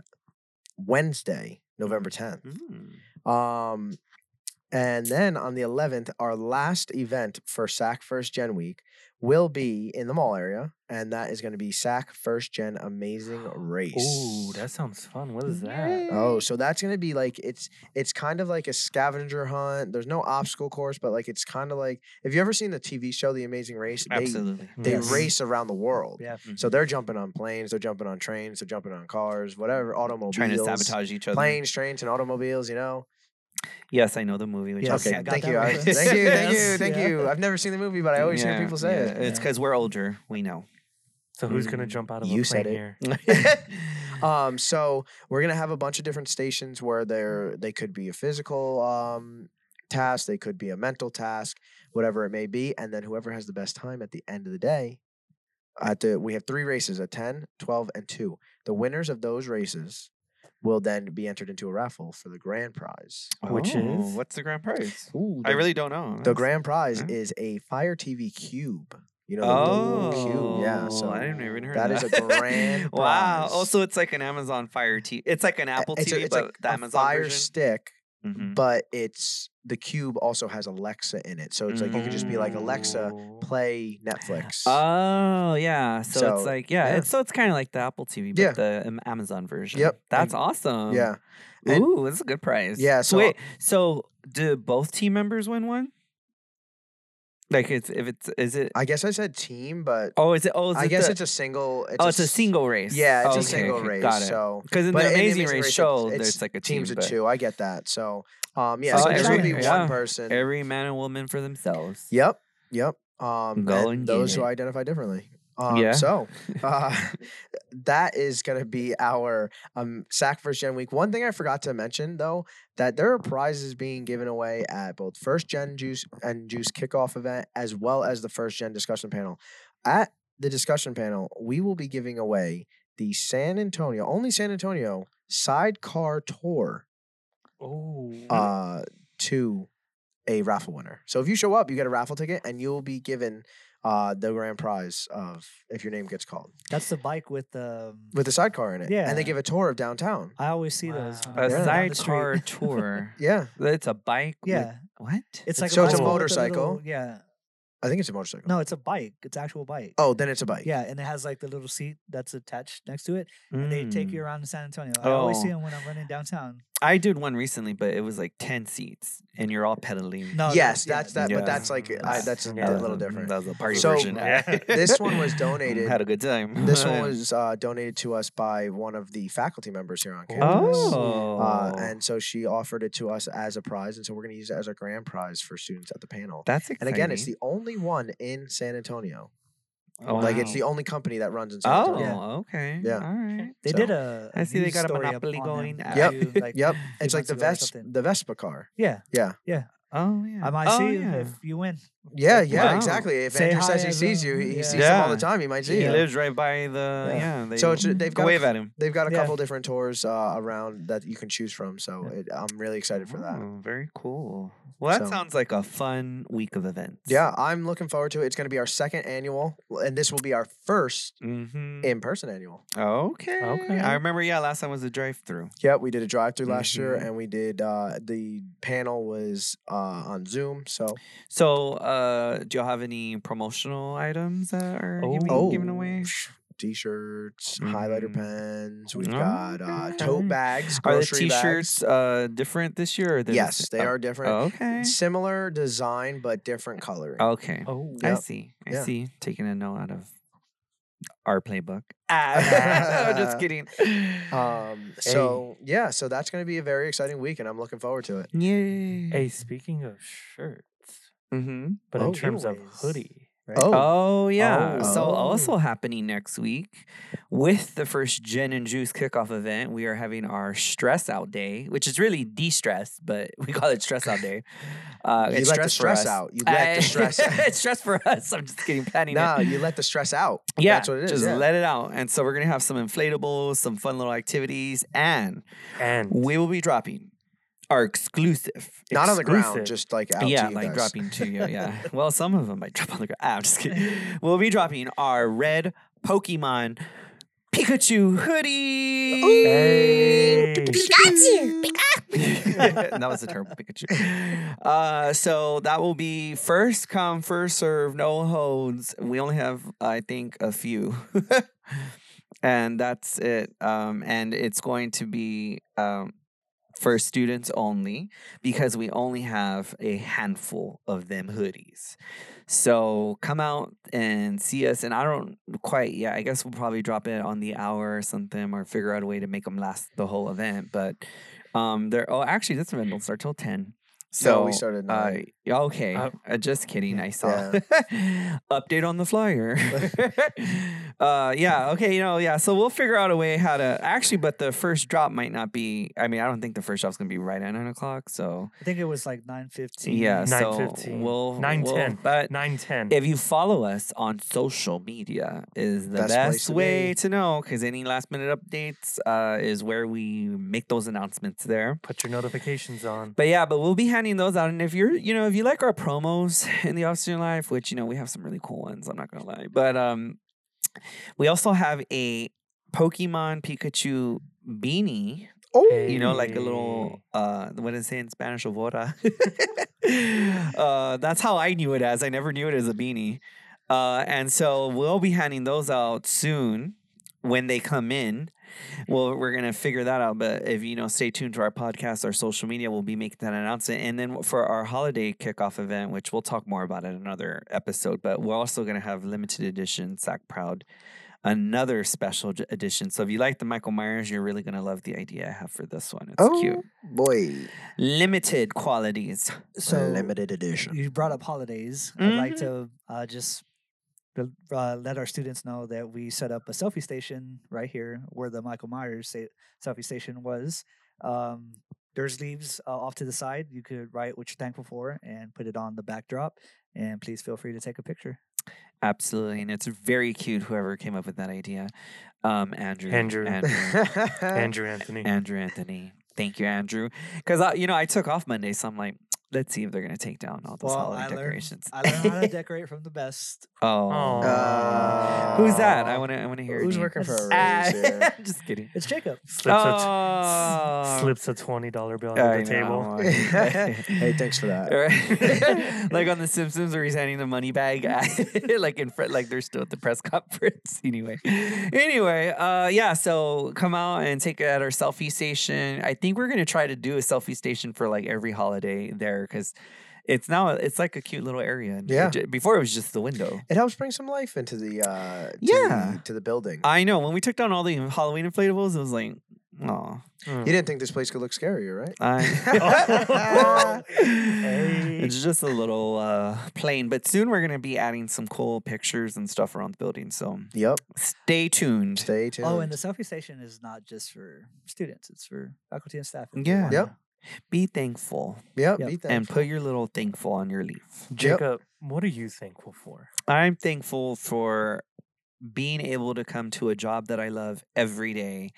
[SPEAKER 2] Wednesday, November tenth.
[SPEAKER 1] Mm.
[SPEAKER 2] Um, and then on the 11th, our last event for SAC First Gen Week will be in the mall area, and that is going to be SAC First Gen Amazing Race.
[SPEAKER 3] Ooh, that sounds fun. What is that?
[SPEAKER 2] Oh, so that's gonna be like it's it's kind of like a scavenger hunt. There's no obstacle course, but like it's kind of like if you ever seen the TV show The Amazing Race, they
[SPEAKER 1] Absolutely.
[SPEAKER 2] they
[SPEAKER 3] Yes.
[SPEAKER 2] race around the world.
[SPEAKER 3] Yeah.
[SPEAKER 2] So they're jumping on planes, they're jumping on trains, they're jumping on cars, whatever automobiles,
[SPEAKER 1] Trying to sabotage each other.
[SPEAKER 2] planes, trains, and automobiles. You know,
[SPEAKER 1] Yes, I know the movie. We
[SPEAKER 2] yeah,
[SPEAKER 1] just
[SPEAKER 2] okay.
[SPEAKER 1] can't-
[SPEAKER 4] got
[SPEAKER 2] Thank
[SPEAKER 4] that
[SPEAKER 2] you. I-
[SPEAKER 4] reference.
[SPEAKER 2] thank you. Thank
[SPEAKER 1] [laughs]
[SPEAKER 2] you.
[SPEAKER 4] Yes,
[SPEAKER 2] Thank
[SPEAKER 4] yeah.
[SPEAKER 2] you. I've never seen the movie, but I always
[SPEAKER 1] Yeah,
[SPEAKER 2] hear people say
[SPEAKER 1] yeah, It's
[SPEAKER 2] it.
[SPEAKER 1] because we're older. We
[SPEAKER 2] [laughs]
[SPEAKER 1] know.
[SPEAKER 3] So who's gonna
[SPEAKER 1] Mm.
[SPEAKER 3] jump out of
[SPEAKER 2] You
[SPEAKER 3] a plane
[SPEAKER 2] said it.
[SPEAKER 3] here?
[SPEAKER 2] Um, so we're gonna have a bunch of different stations where there they could be a physical um task, they could be a mental task, whatever it may be, and then whoever has the best time at the end of the day. At the we have three races at 10, 12, and 2. The winners of those races will then be entered into a raffle for the grand prize.
[SPEAKER 3] Which
[SPEAKER 1] Oh,
[SPEAKER 3] is?
[SPEAKER 1] what's the grand prize?
[SPEAKER 2] Ooh,
[SPEAKER 1] I really don't know.
[SPEAKER 2] The
[SPEAKER 1] That's-
[SPEAKER 2] grand prize
[SPEAKER 1] yeah.
[SPEAKER 2] is a Fire TV cube. You know, the
[SPEAKER 1] Oh,
[SPEAKER 2] little cube. Yeah.
[SPEAKER 3] Oh,
[SPEAKER 2] So
[SPEAKER 1] I didn't even hear
[SPEAKER 2] that
[SPEAKER 1] that.
[SPEAKER 2] is a grand
[SPEAKER 1] [laughs] wow.
[SPEAKER 2] prize.
[SPEAKER 1] Also, it's like an Amazon Fire TV. It's like an
[SPEAKER 2] a-
[SPEAKER 1] Apple
[SPEAKER 2] it's
[SPEAKER 1] TV,
[SPEAKER 2] a, it's
[SPEAKER 1] but
[SPEAKER 2] a,
[SPEAKER 1] the
[SPEAKER 2] a
[SPEAKER 1] Amazon
[SPEAKER 2] Fire
[SPEAKER 1] version.
[SPEAKER 2] Stick,
[SPEAKER 1] Mhm.
[SPEAKER 2] but it's the cube also has Alexa in it, so it's like you could just be like Alexa,
[SPEAKER 1] Mm-hmm.
[SPEAKER 3] Ooh.
[SPEAKER 2] play Netflix.
[SPEAKER 1] Oh yeah, so,
[SPEAKER 2] So,
[SPEAKER 1] it's like yeah,
[SPEAKER 2] yeah.
[SPEAKER 1] It's, so it's kind of like the Apple TV, but
[SPEAKER 2] Yeah.
[SPEAKER 1] the um, Amazon version.
[SPEAKER 2] Yep,
[SPEAKER 1] that's
[SPEAKER 2] and-
[SPEAKER 1] awesome.
[SPEAKER 2] yeah. and-
[SPEAKER 1] ooh, that's a good prize.
[SPEAKER 2] Yeah, so-
[SPEAKER 1] wait, so do both team members win one? Like it's if it's is it
[SPEAKER 2] I guess I said team, but
[SPEAKER 1] oh is it oh is
[SPEAKER 2] I
[SPEAKER 1] it
[SPEAKER 2] guess
[SPEAKER 1] the-
[SPEAKER 2] it's a single. It's
[SPEAKER 1] oh it's a single race.
[SPEAKER 2] Yeah, it's
[SPEAKER 1] Okay,
[SPEAKER 2] a single
[SPEAKER 1] okay,
[SPEAKER 2] race.
[SPEAKER 1] Got it.
[SPEAKER 2] So.
[SPEAKER 1] Because in
[SPEAKER 2] but
[SPEAKER 1] the
[SPEAKER 2] in
[SPEAKER 1] Amazing, Race
[SPEAKER 2] it's-
[SPEAKER 1] show,
[SPEAKER 2] it's
[SPEAKER 1] there's like a team,
[SPEAKER 2] teams of
[SPEAKER 1] but Oh,
[SPEAKER 2] two. I get that. So, um, yeah,
[SPEAKER 1] So
[SPEAKER 2] so there's
[SPEAKER 1] every-
[SPEAKER 2] gonna be
[SPEAKER 1] yeah.
[SPEAKER 2] one person.
[SPEAKER 1] every man and woman for themselves.
[SPEAKER 2] Yep. Yep. Um,
[SPEAKER 1] Go
[SPEAKER 2] and
[SPEAKER 1] and get
[SPEAKER 2] those who
[SPEAKER 1] it.
[SPEAKER 2] identify differently. Um,
[SPEAKER 1] Yeah.
[SPEAKER 2] So uh, [laughs] that is going to be our um, SAC First Gen Week. One thing I forgot to mention, though, that there are prizes being given away at both First Gen Juice and Juice Kickoff event, as well as the First Gen Discussion Panel. At the discussion panel, we will be giving away the San Antonio, only San Antonio sidecar tour
[SPEAKER 3] Oh.
[SPEAKER 4] Mm-hmm.
[SPEAKER 2] uh, to a raffle winner. So if you show up, you get a raffle ticket, and you'll be given uh, the grand prize of if your name gets called
[SPEAKER 4] That's the bike with the. Um,
[SPEAKER 2] with a sidecar in it. and they
[SPEAKER 4] Yeah.
[SPEAKER 2] give a tour of downtown.
[SPEAKER 4] I always see those.
[SPEAKER 3] Wow.
[SPEAKER 4] when I
[SPEAKER 1] A
[SPEAKER 4] go down
[SPEAKER 2] [laughs]
[SPEAKER 4] the street. [laughs]
[SPEAKER 1] sidecar tour.
[SPEAKER 2] Yeah,
[SPEAKER 1] It's a bike. with-
[SPEAKER 4] Yeah,
[SPEAKER 1] what?
[SPEAKER 4] it's like
[SPEAKER 2] So
[SPEAKER 3] it's a
[SPEAKER 4] bicycle with
[SPEAKER 2] motorcycle?
[SPEAKER 4] little- yeah,
[SPEAKER 2] I think it's a motorcycle.
[SPEAKER 4] no, it's a bike. It's actual bike.
[SPEAKER 2] Oh, then it's a bike.
[SPEAKER 4] Yeah, and it has like the little seat that's attached next to it. And they take you
[SPEAKER 1] Mm.
[SPEAKER 4] around to San Antonio. I always see
[SPEAKER 1] Oh.
[SPEAKER 4] them when I'm running downtown.
[SPEAKER 1] I did one recently, but it was like ten seats, and you're all pedaling.
[SPEAKER 4] No,
[SPEAKER 2] yes,
[SPEAKER 4] yeah,
[SPEAKER 2] that's that.
[SPEAKER 1] Yeah.
[SPEAKER 2] But that's like I,
[SPEAKER 4] That's-
[SPEAKER 2] that's
[SPEAKER 3] yeah.
[SPEAKER 2] a little
[SPEAKER 1] That was
[SPEAKER 2] different.
[SPEAKER 1] That was a party
[SPEAKER 2] So, uh,
[SPEAKER 1] version. [laughs]
[SPEAKER 2] this one was donated-
[SPEAKER 1] Had a good time. [laughs]
[SPEAKER 2] This
[SPEAKER 4] [laughs]
[SPEAKER 2] one was uh, donated to us by one of the faculty members here on campus.
[SPEAKER 1] Oh.
[SPEAKER 2] Uh, and so she offered it to us as a prize, and so we're going to use it as our grand prize for students at the panel.
[SPEAKER 1] that's exciting.
[SPEAKER 2] And again, it's the only one in San Antonio.
[SPEAKER 1] oh,
[SPEAKER 2] Like it's the
[SPEAKER 1] wow.
[SPEAKER 2] only company that runs in San
[SPEAKER 1] Oh,
[SPEAKER 2] Antonio.
[SPEAKER 1] okay.
[SPEAKER 2] Yeah.
[SPEAKER 1] All right.
[SPEAKER 4] They
[SPEAKER 2] So-
[SPEAKER 4] did a.
[SPEAKER 1] I see they
[SPEAKER 4] news
[SPEAKER 1] got a
[SPEAKER 4] story up
[SPEAKER 1] monopoly
[SPEAKER 4] on them
[SPEAKER 1] going
[SPEAKER 4] a
[SPEAKER 2] Yep.
[SPEAKER 4] few, like,
[SPEAKER 2] Yep,
[SPEAKER 4] few
[SPEAKER 2] it's like
[SPEAKER 4] months
[SPEAKER 2] the
[SPEAKER 4] ago or
[SPEAKER 2] Vespa,
[SPEAKER 4] something.
[SPEAKER 2] the Vespa car.
[SPEAKER 4] Yeah,
[SPEAKER 1] Oh yeah.
[SPEAKER 4] I might
[SPEAKER 1] oh,
[SPEAKER 4] see
[SPEAKER 1] yeah.
[SPEAKER 4] you if you win.
[SPEAKER 2] Yeah, yeah,
[SPEAKER 1] Wow.
[SPEAKER 2] exactly. If
[SPEAKER 4] Say
[SPEAKER 2] Andrew
[SPEAKER 4] hi
[SPEAKER 2] says he
[SPEAKER 4] as
[SPEAKER 2] sees
[SPEAKER 4] a-
[SPEAKER 2] you, he, he
[SPEAKER 4] yeah.
[SPEAKER 2] sees him all the
[SPEAKER 1] Yeah.
[SPEAKER 2] time. He might see
[SPEAKER 1] He
[SPEAKER 2] you.
[SPEAKER 1] lives right by the
[SPEAKER 2] Yeah.
[SPEAKER 1] yeah. they,
[SPEAKER 2] So it's, they've
[SPEAKER 1] go
[SPEAKER 2] got a
[SPEAKER 1] wave at him.
[SPEAKER 2] They've got a
[SPEAKER 4] Yeah.
[SPEAKER 2] couple different tours uh, around that you can choose from. So it, I'm really excited for that.
[SPEAKER 1] Oh, very cool. Well, that
[SPEAKER 2] So-
[SPEAKER 1] sounds like a fun week of events.
[SPEAKER 2] Yeah, I'm looking forward to it. It's going to be our second annual, and this will be our first
[SPEAKER 1] Mm-hmm.
[SPEAKER 2] in person annual.
[SPEAKER 1] Okay.
[SPEAKER 3] Okay.
[SPEAKER 1] I remember. Yeah, last time was a drive-through.
[SPEAKER 2] Yeah, we did a drive through last year,
[SPEAKER 1] Mhm.
[SPEAKER 2] and we did uh, the panel was uh, on Zoom. So
[SPEAKER 1] So, uh, do y'all have any promotional items that are giving,
[SPEAKER 2] Oh.
[SPEAKER 1] given away?
[SPEAKER 2] t-shirts, highlighter
[SPEAKER 1] Mm.
[SPEAKER 2] pens. We've got uh, tote
[SPEAKER 1] Okay.
[SPEAKER 2] bags,
[SPEAKER 1] Are the
[SPEAKER 2] grocery
[SPEAKER 1] t-shirts
[SPEAKER 2] bags.
[SPEAKER 1] uh different this year? Or they're the sa-
[SPEAKER 2] Yes, they
[SPEAKER 1] oh,
[SPEAKER 2] are different.
[SPEAKER 1] okay.
[SPEAKER 2] Similar design, but different coloring.
[SPEAKER 1] Okay.
[SPEAKER 3] Oh,
[SPEAKER 1] I
[SPEAKER 2] Yep.
[SPEAKER 1] see. I
[SPEAKER 2] Yeah.
[SPEAKER 1] see. Taking a note out of our
[SPEAKER 2] [laughs]
[SPEAKER 1] playbook. [laughs] Ah, just kidding. [laughs]
[SPEAKER 2] Um, so yeah, so that's going to be a very exciting week, and I'm looking forward to it.
[SPEAKER 1] Yay.
[SPEAKER 3] hey, speaking of shirts,
[SPEAKER 1] Mm-hmm.
[SPEAKER 3] but
[SPEAKER 2] Oh,
[SPEAKER 3] in terms of
[SPEAKER 4] giveaways.
[SPEAKER 3] hoodie, right?
[SPEAKER 1] Oh, yeah.
[SPEAKER 2] Oh.
[SPEAKER 1] So
[SPEAKER 2] Oh.
[SPEAKER 1] also happening next week with the first Gin and Juice kickoff event, we are having our stress out day, which is really de-stress, but [laughs] we call it stress out day. Uh,
[SPEAKER 2] you
[SPEAKER 1] it's
[SPEAKER 2] let the
[SPEAKER 1] stress for
[SPEAKER 2] stress
[SPEAKER 1] us.
[SPEAKER 2] out. You let
[SPEAKER 1] [laughs] I-
[SPEAKER 2] the stress.
[SPEAKER 1] it's stress for us. I'm just kidding, planning it.
[SPEAKER 2] no, you let the stress out.
[SPEAKER 1] Yeah,
[SPEAKER 2] that's what it is.
[SPEAKER 1] Just
[SPEAKER 2] yeah.
[SPEAKER 1] let it out. And so we're gonna have some inflatables, some fun little activities, and
[SPEAKER 3] and
[SPEAKER 1] we will be dropping our exclusive.
[SPEAKER 2] Not on the ground,
[SPEAKER 3] exclusive.
[SPEAKER 2] just like out.
[SPEAKER 1] yeah,
[SPEAKER 2] to you
[SPEAKER 1] like
[SPEAKER 2] guys.
[SPEAKER 1] dropping to you.
[SPEAKER 2] [laughs]
[SPEAKER 1] Yeah. well, some of them might drop on the ground. Ah, I'm just kidding. We'll be dropping our red Pokemon Pikachu hoodie.
[SPEAKER 3] Hey.
[SPEAKER 1] Pikachu. [laughs] that was a terrible Pikachu. Uh, so that will be first come, first serve, no holds. We only have, I think, a few. [laughs] and that's it. Um, and it's going to be um, for students only because we only have a handful of them hoodies. So come out and see us. And I don't quite, yeah, I guess we'll probably drop it on the hour or something or figure out a way to make them last the whole event. But um, they're, oh, actually, this event don't start till 10. So
[SPEAKER 2] Mm. No, we started at
[SPEAKER 1] Uh,
[SPEAKER 2] nine.
[SPEAKER 1] yeah, okay.
[SPEAKER 3] Uh,
[SPEAKER 1] Uh, just kidding. I saw. [laughs] Update on the flyer. [laughs] uh, yeah. Okay. You know. Yeah. So we'll figure out a way how to actually, but the first drop might not be. I mean, I don't think the first drop's gonna be right at nine o'clock. So
[SPEAKER 4] I think it was like nine fifteen.
[SPEAKER 1] yeah. so
[SPEAKER 3] 9:15,
[SPEAKER 1] we'll
[SPEAKER 3] 9:10.
[SPEAKER 1] we'll- But
[SPEAKER 3] nine ten.
[SPEAKER 1] if you follow us on social media, is the
[SPEAKER 2] Best place
[SPEAKER 1] best
[SPEAKER 2] to
[SPEAKER 1] way
[SPEAKER 2] be.
[SPEAKER 1] to know because any last minute updates uh, is where we make those announcements there.
[SPEAKER 3] Put your notifications on.
[SPEAKER 1] But yeah, but we'll be handing those out. And if you're, you know, if you like our promos in the off student life, which you know we have some really cool ones, I'm not gonna lie. But um, we also have a Pokemon Pikachu beanie.
[SPEAKER 2] oh,
[SPEAKER 3] Hey.
[SPEAKER 1] You know, like a little uh, what is it in Spanish? Ovora. [laughs] uh, that's how I knew it as. I never knew it as a beanie. Uh, and so we'll be handing those out soon when they come in. Well, we're gonna figure that out. But if you know, stay tuned to our podcast, our social media, we'll be making that announcement. And then for our holiday kickoff event, which we'll talk more about in another episode, but we're also gonna have limited edition Sack Proud, another special j- edition. So if you like the Michael Myers, you're really gonna love the idea I have for this one. It's
[SPEAKER 2] oh
[SPEAKER 1] cute,
[SPEAKER 2] boy,
[SPEAKER 1] limited qualities.
[SPEAKER 4] So
[SPEAKER 2] limited edition.
[SPEAKER 4] you brought up holidays. I'd like
[SPEAKER 2] Mm-hmm.
[SPEAKER 4] to uh, just re- uh, let our students know that we set up a selfie station right here where the Michael Myers sa- selfie station was. Um, there's leaves uh, off to the side. You could write what you're thankful for and put it on the backdrop. And please feel free to take a picture.
[SPEAKER 1] Absolutely, and it's very cute. Whoever came up with that idea, um, Andrew,
[SPEAKER 3] Andrew.
[SPEAKER 1] Andrew,
[SPEAKER 3] Andrew Anthony.
[SPEAKER 1] Andrew Anthony. Thank you, Andrew. Because you know I took off Monday, so I'm like, Let's see if they're gonna take down all those
[SPEAKER 4] Well,
[SPEAKER 1] holiday
[SPEAKER 4] I learned-
[SPEAKER 1] decorations.
[SPEAKER 4] I
[SPEAKER 1] [laughs]
[SPEAKER 4] learned how to decorate from the best.
[SPEAKER 1] oh,
[SPEAKER 2] Uh,
[SPEAKER 1] who's that? I wanna I wanna hear. a
[SPEAKER 2] Who's
[SPEAKER 1] name.
[SPEAKER 2] working
[SPEAKER 4] Uh,
[SPEAKER 2] for a
[SPEAKER 1] Ah, [laughs]
[SPEAKER 2] raise
[SPEAKER 4] [laughs]
[SPEAKER 2] here?
[SPEAKER 1] just kidding.
[SPEAKER 4] It's Jacob.
[SPEAKER 3] Slips a t-
[SPEAKER 1] oh,
[SPEAKER 3] slips a twenty dollar bill
[SPEAKER 1] I
[SPEAKER 3] under the table.
[SPEAKER 1] know, I know. [laughs]
[SPEAKER 2] [laughs] hey, thanks for that.
[SPEAKER 1] Right. like on The Simpsons, where he's handing the money bag, [laughs] like in front, like they're still at the press conference. [laughs] Anyway, anyway, uh, yeah. So come out and take it at our selfie station. I think we're gonna try to do a selfie station for like every holiday there because it's now it's like a cute little area. and it
[SPEAKER 2] Yeah.
[SPEAKER 1] ju- before it was just the window.
[SPEAKER 2] It helps bring some life into the uh, to
[SPEAKER 1] Yeah. Uh,
[SPEAKER 2] the, to the building.
[SPEAKER 1] I know when we took down all the Halloween inflatables, it was like, oh,
[SPEAKER 3] Mm.
[SPEAKER 2] you didn't think this place could look
[SPEAKER 1] [laughs]
[SPEAKER 2] scarier, right? [laughs]
[SPEAKER 1] I. It's just a little uh, plain, but soon we're gonna be adding some cool pictures and stuff around the building. So
[SPEAKER 2] Yep.
[SPEAKER 1] stay tuned.
[SPEAKER 2] Stay tuned.
[SPEAKER 4] Oh, and the selfie station is not just for students; it's for faculty and staff. if they
[SPEAKER 1] Yeah.
[SPEAKER 4] want
[SPEAKER 2] Yep.
[SPEAKER 1] Be thankful
[SPEAKER 2] yep.
[SPEAKER 4] Yep.
[SPEAKER 2] Beat that.
[SPEAKER 1] and put your little thankful on your leaf.
[SPEAKER 2] Yep.
[SPEAKER 3] Jacob, what are you thankful for?
[SPEAKER 1] I'm thankful for being able to come to a job that I love every day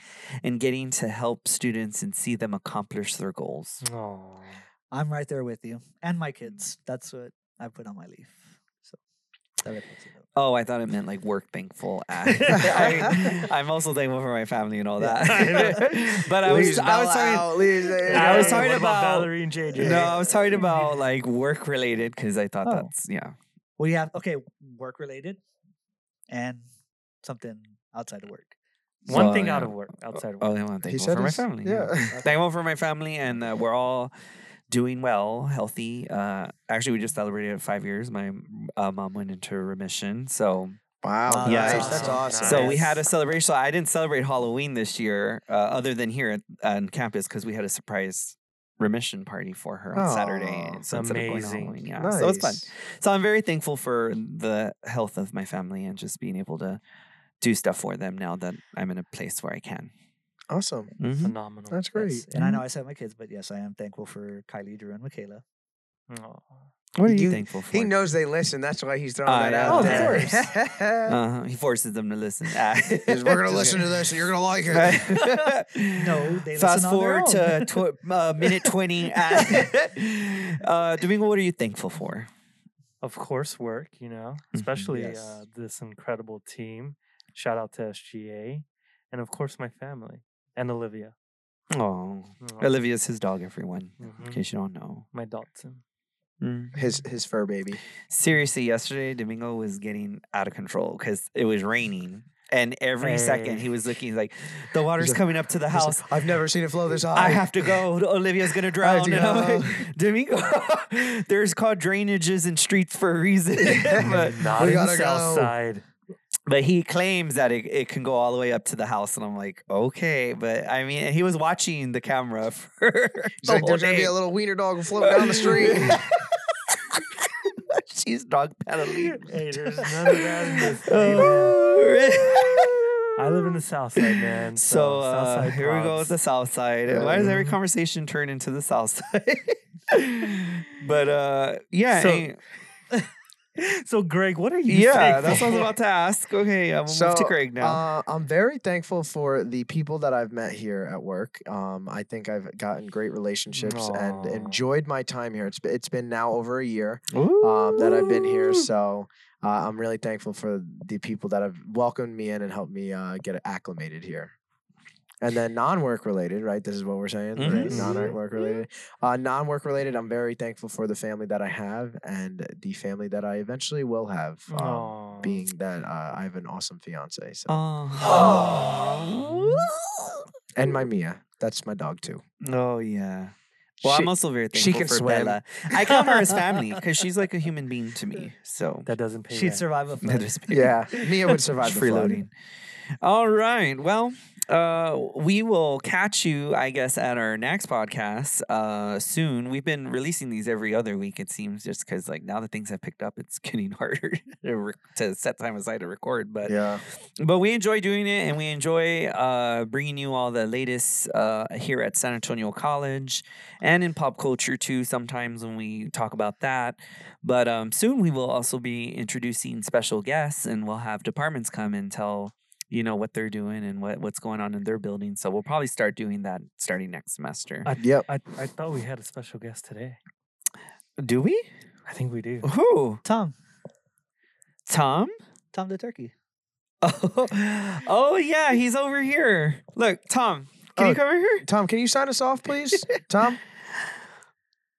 [SPEAKER 1] and getting to help students and see them accomplish their goals.
[SPEAKER 3] Oh, [laughs]
[SPEAKER 4] I'm right there with you, and my kids. That's what I put on my leaf. So that represents it.
[SPEAKER 1] Oh, I thought it meant like work thankful. [laughs] Ah, I, I'm also thankful for my family and all
[SPEAKER 3] [laughs]
[SPEAKER 1] that. [laughs] but I was,
[SPEAKER 2] Leaves
[SPEAKER 1] I was
[SPEAKER 2] Bella
[SPEAKER 1] talking.
[SPEAKER 2] out, leaves-
[SPEAKER 1] I was
[SPEAKER 3] Hey,
[SPEAKER 1] talking
[SPEAKER 3] what
[SPEAKER 1] about-
[SPEAKER 3] Valerie and JJ.
[SPEAKER 1] No, I was talking about like work related because I thought
[SPEAKER 4] Oh.
[SPEAKER 1] that's yeah.
[SPEAKER 4] We have okay, work related, and something outside of work.
[SPEAKER 3] one
[SPEAKER 1] So,
[SPEAKER 3] thing
[SPEAKER 1] yeah.
[SPEAKER 3] out of work, outside of
[SPEAKER 1] Oh,
[SPEAKER 3] work.
[SPEAKER 1] I'm
[SPEAKER 2] He
[SPEAKER 1] thankful
[SPEAKER 2] said
[SPEAKER 1] for my
[SPEAKER 2] his-
[SPEAKER 1] family. yeah.
[SPEAKER 2] Yeah. [laughs]
[SPEAKER 1] Thankful for my family, and uh, we're all doing well, healthy. Uh, actually, we just celebrated five years. My uh, mom went into remission, so
[SPEAKER 2] Wow.
[SPEAKER 4] Yeah.
[SPEAKER 2] Nice. That's awesome.
[SPEAKER 1] so we
[SPEAKER 3] Nice.
[SPEAKER 1] had a celebration. So I didn't celebrate Halloween this year, uh, other than here at, on campus, because we had a surprise remission party for her on Saturday.
[SPEAKER 2] Aw,
[SPEAKER 1] So instead of going to
[SPEAKER 3] amazing.
[SPEAKER 1] Halloween, yeah, so it's fun.
[SPEAKER 2] Nice.
[SPEAKER 1] So I'm very thankful for the health of my family and just being able to do stuff for them now that I'm in a place where I can.
[SPEAKER 2] Awesome.
[SPEAKER 1] Mhm.
[SPEAKER 3] Phenomenal.
[SPEAKER 2] That's
[SPEAKER 4] Yes,
[SPEAKER 2] great.
[SPEAKER 4] And I know I said my kids, but yes, I am thankful for Kylie, Drew, and Michaela.
[SPEAKER 3] Aw.
[SPEAKER 1] What are
[SPEAKER 2] You-
[SPEAKER 1] you thankful for?
[SPEAKER 2] He knows they listen. That's why he's throwing
[SPEAKER 1] I
[SPEAKER 2] that
[SPEAKER 1] know.
[SPEAKER 2] out
[SPEAKER 1] Oh, of
[SPEAKER 2] there. [laughs]
[SPEAKER 1] Uh-huh. He forces them to listen. [laughs] Ah. [laughs]
[SPEAKER 2] Because we're gonna listen to this and you're gonna like it. [laughs]
[SPEAKER 1] no,
[SPEAKER 4] they
[SPEAKER 1] Fast
[SPEAKER 4] listen on their
[SPEAKER 1] forward to tw- uh, minute 20. Ah. [laughs] uh, Domingo, what are you thankful for?
[SPEAKER 3] Of course, work. You know,
[SPEAKER 1] Mhm.
[SPEAKER 3] especially
[SPEAKER 4] Yes.
[SPEAKER 3] uh, this incredible team. Shout out to SGA, and of course my family and Olivia.
[SPEAKER 1] Oh,
[SPEAKER 3] Aw,
[SPEAKER 1] Olivia's his dog, everyone, in
[SPEAKER 3] mhm,
[SPEAKER 1] case you don't know.
[SPEAKER 3] My Dotson.
[SPEAKER 2] his his fur baby.
[SPEAKER 1] Seriously, yesterday, Domingo was getting out of control because it was raining. And every second
[SPEAKER 3] Hey.
[SPEAKER 1] he was looking he's
[SPEAKER 2] [laughs]
[SPEAKER 1] like, the water's
[SPEAKER 2] like,
[SPEAKER 1] coming up to the
[SPEAKER 2] He's like,
[SPEAKER 1] house.
[SPEAKER 2] I've never seen it flow this high.
[SPEAKER 1] I have to
[SPEAKER 2] [laughs]
[SPEAKER 1] go. Olivia's gonna
[SPEAKER 2] I
[SPEAKER 1] drown.
[SPEAKER 2] have to
[SPEAKER 1] And
[SPEAKER 2] [laughs]
[SPEAKER 1] I'm like,
[SPEAKER 2] go.
[SPEAKER 1] Domingo, [laughs] there's called drainages and streets for a reason. [laughs]
[SPEAKER 2] [laughs]
[SPEAKER 1] but,
[SPEAKER 3] Not
[SPEAKER 2] We
[SPEAKER 3] in
[SPEAKER 2] gotta
[SPEAKER 3] South
[SPEAKER 2] go.
[SPEAKER 3] Side.
[SPEAKER 1] but he claims that it, it can go all the way up to the house, and I'm like, okay. But I mean, and he was watching the camera [laughs] for
[SPEAKER 2] He's
[SPEAKER 1] the
[SPEAKER 2] like,
[SPEAKER 1] whole
[SPEAKER 2] there's gonna be
[SPEAKER 1] day.
[SPEAKER 2] a little wiener dog floating down
[SPEAKER 1] [laughs]
[SPEAKER 2] the street.
[SPEAKER 1] She's dog pedaling.
[SPEAKER 3] [laughs] Hey, there's none of that in
[SPEAKER 1] [laughs]
[SPEAKER 3] this city, man. I live in the South Side, man.
[SPEAKER 1] Oh, So
[SPEAKER 3] South
[SPEAKER 1] uh,
[SPEAKER 3] Side
[SPEAKER 1] here we go with
[SPEAKER 3] props.
[SPEAKER 1] the South Side. Why does every
[SPEAKER 3] Mhm.
[SPEAKER 1] conversation turn into the South Side? [laughs] but uh, yeah,
[SPEAKER 3] So-
[SPEAKER 1] and-
[SPEAKER 3] [laughs] So, Greg, what are you?
[SPEAKER 1] yeah, that's what
[SPEAKER 3] thankful
[SPEAKER 1] I was
[SPEAKER 3] for?
[SPEAKER 1] about to ask. Okay, I'm
[SPEAKER 2] So,
[SPEAKER 1] move to Craig now.
[SPEAKER 2] Uh, I'm very thankful for the people that I've met here at work. Um, I think I've gotten great relationships and
[SPEAKER 3] Aw.
[SPEAKER 2] enjoyed my time here. It's be- it's been now over a year um, that I've been here,
[SPEAKER 3] [gasps]
[SPEAKER 2] so uh, I'm really thankful for the people that have welcomed me in and helped me uh, get acclimated here. And then non-work related, right? This is what we're saying. right?
[SPEAKER 1] Mhm.
[SPEAKER 2] Non-work related, uh, non-work related. I'm very thankful for the family that I have and the family that I eventually will have. um,
[SPEAKER 3] Aw.
[SPEAKER 2] being that uh, I have an awesome fiance. So
[SPEAKER 3] Um,
[SPEAKER 2] [sighs]
[SPEAKER 1] Oh.
[SPEAKER 2] and my Mia, that's my dog too.
[SPEAKER 1] Oh yeah. Well,
[SPEAKER 2] She-
[SPEAKER 1] I'm also very
[SPEAKER 2] she
[SPEAKER 1] thankful
[SPEAKER 2] can
[SPEAKER 1] for
[SPEAKER 2] swim.
[SPEAKER 1] Bella. I count her
[SPEAKER 2] [laughs]
[SPEAKER 1] as
[SPEAKER 4] [laughs]
[SPEAKER 1] family because she's like a human being to me. So
[SPEAKER 3] that doesn't pay.
[SPEAKER 4] She'd
[SPEAKER 3] rent.
[SPEAKER 1] [laughs]
[SPEAKER 4] survive a flood.
[SPEAKER 1] that is big.
[SPEAKER 2] Yeah, Mia would survive
[SPEAKER 1] Just
[SPEAKER 2] the flood.
[SPEAKER 1] freeloading. All right. Well, uh, we will catch you, I guess, at our next podcast uh, soon. We've been releasing these every other week, it seems, just because like now that things have picked up, it's [laughs] getting harder to, re- to set time aside to record. But
[SPEAKER 2] Yeah,
[SPEAKER 1] but we enjoy doing it and we enjoy uh, bringing you all the latest uh, here at San Antonio College and in pop culture too sometimes when we talk about that. But um, soon we will also be introducing special guests and we'll have departments come and tell you know what they're doing and what, what's going on in their building. So we'll Uh, probably start doing that starting next semester.
[SPEAKER 3] I,
[SPEAKER 2] Yep.
[SPEAKER 3] I, I thought we had a special guest today.
[SPEAKER 1] Do we?
[SPEAKER 3] I think we do.
[SPEAKER 1] Who?
[SPEAKER 4] Tom,
[SPEAKER 1] Tom? [laughs]
[SPEAKER 4] Tom the turkey.
[SPEAKER 1] Oh, oh yeah, he's over here. Look, Tom, can
[SPEAKER 2] Oh.
[SPEAKER 1] you come over here?
[SPEAKER 2] Tom, can you sign us off, please? Tom.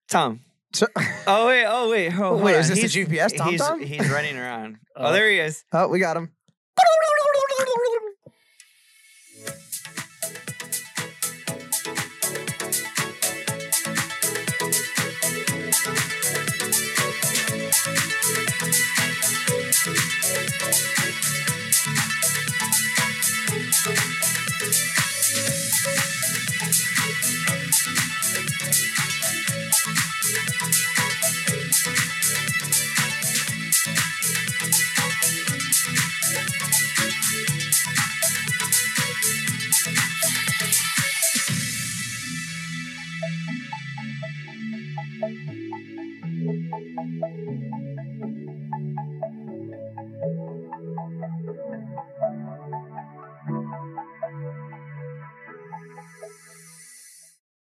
[SPEAKER 1] Tom.
[SPEAKER 2] So-
[SPEAKER 1] oh wait, oh wait, ho- hold
[SPEAKER 2] Wait,
[SPEAKER 1] on.
[SPEAKER 2] is this
[SPEAKER 1] he's,
[SPEAKER 2] the GPS, Tom?
[SPEAKER 1] he's,
[SPEAKER 2] Tom?
[SPEAKER 1] he's running around.
[SPEAKER 3] Uh,
[SPEAKER 1] oh, there he is.
[SPEAKER 2] oh, we got him.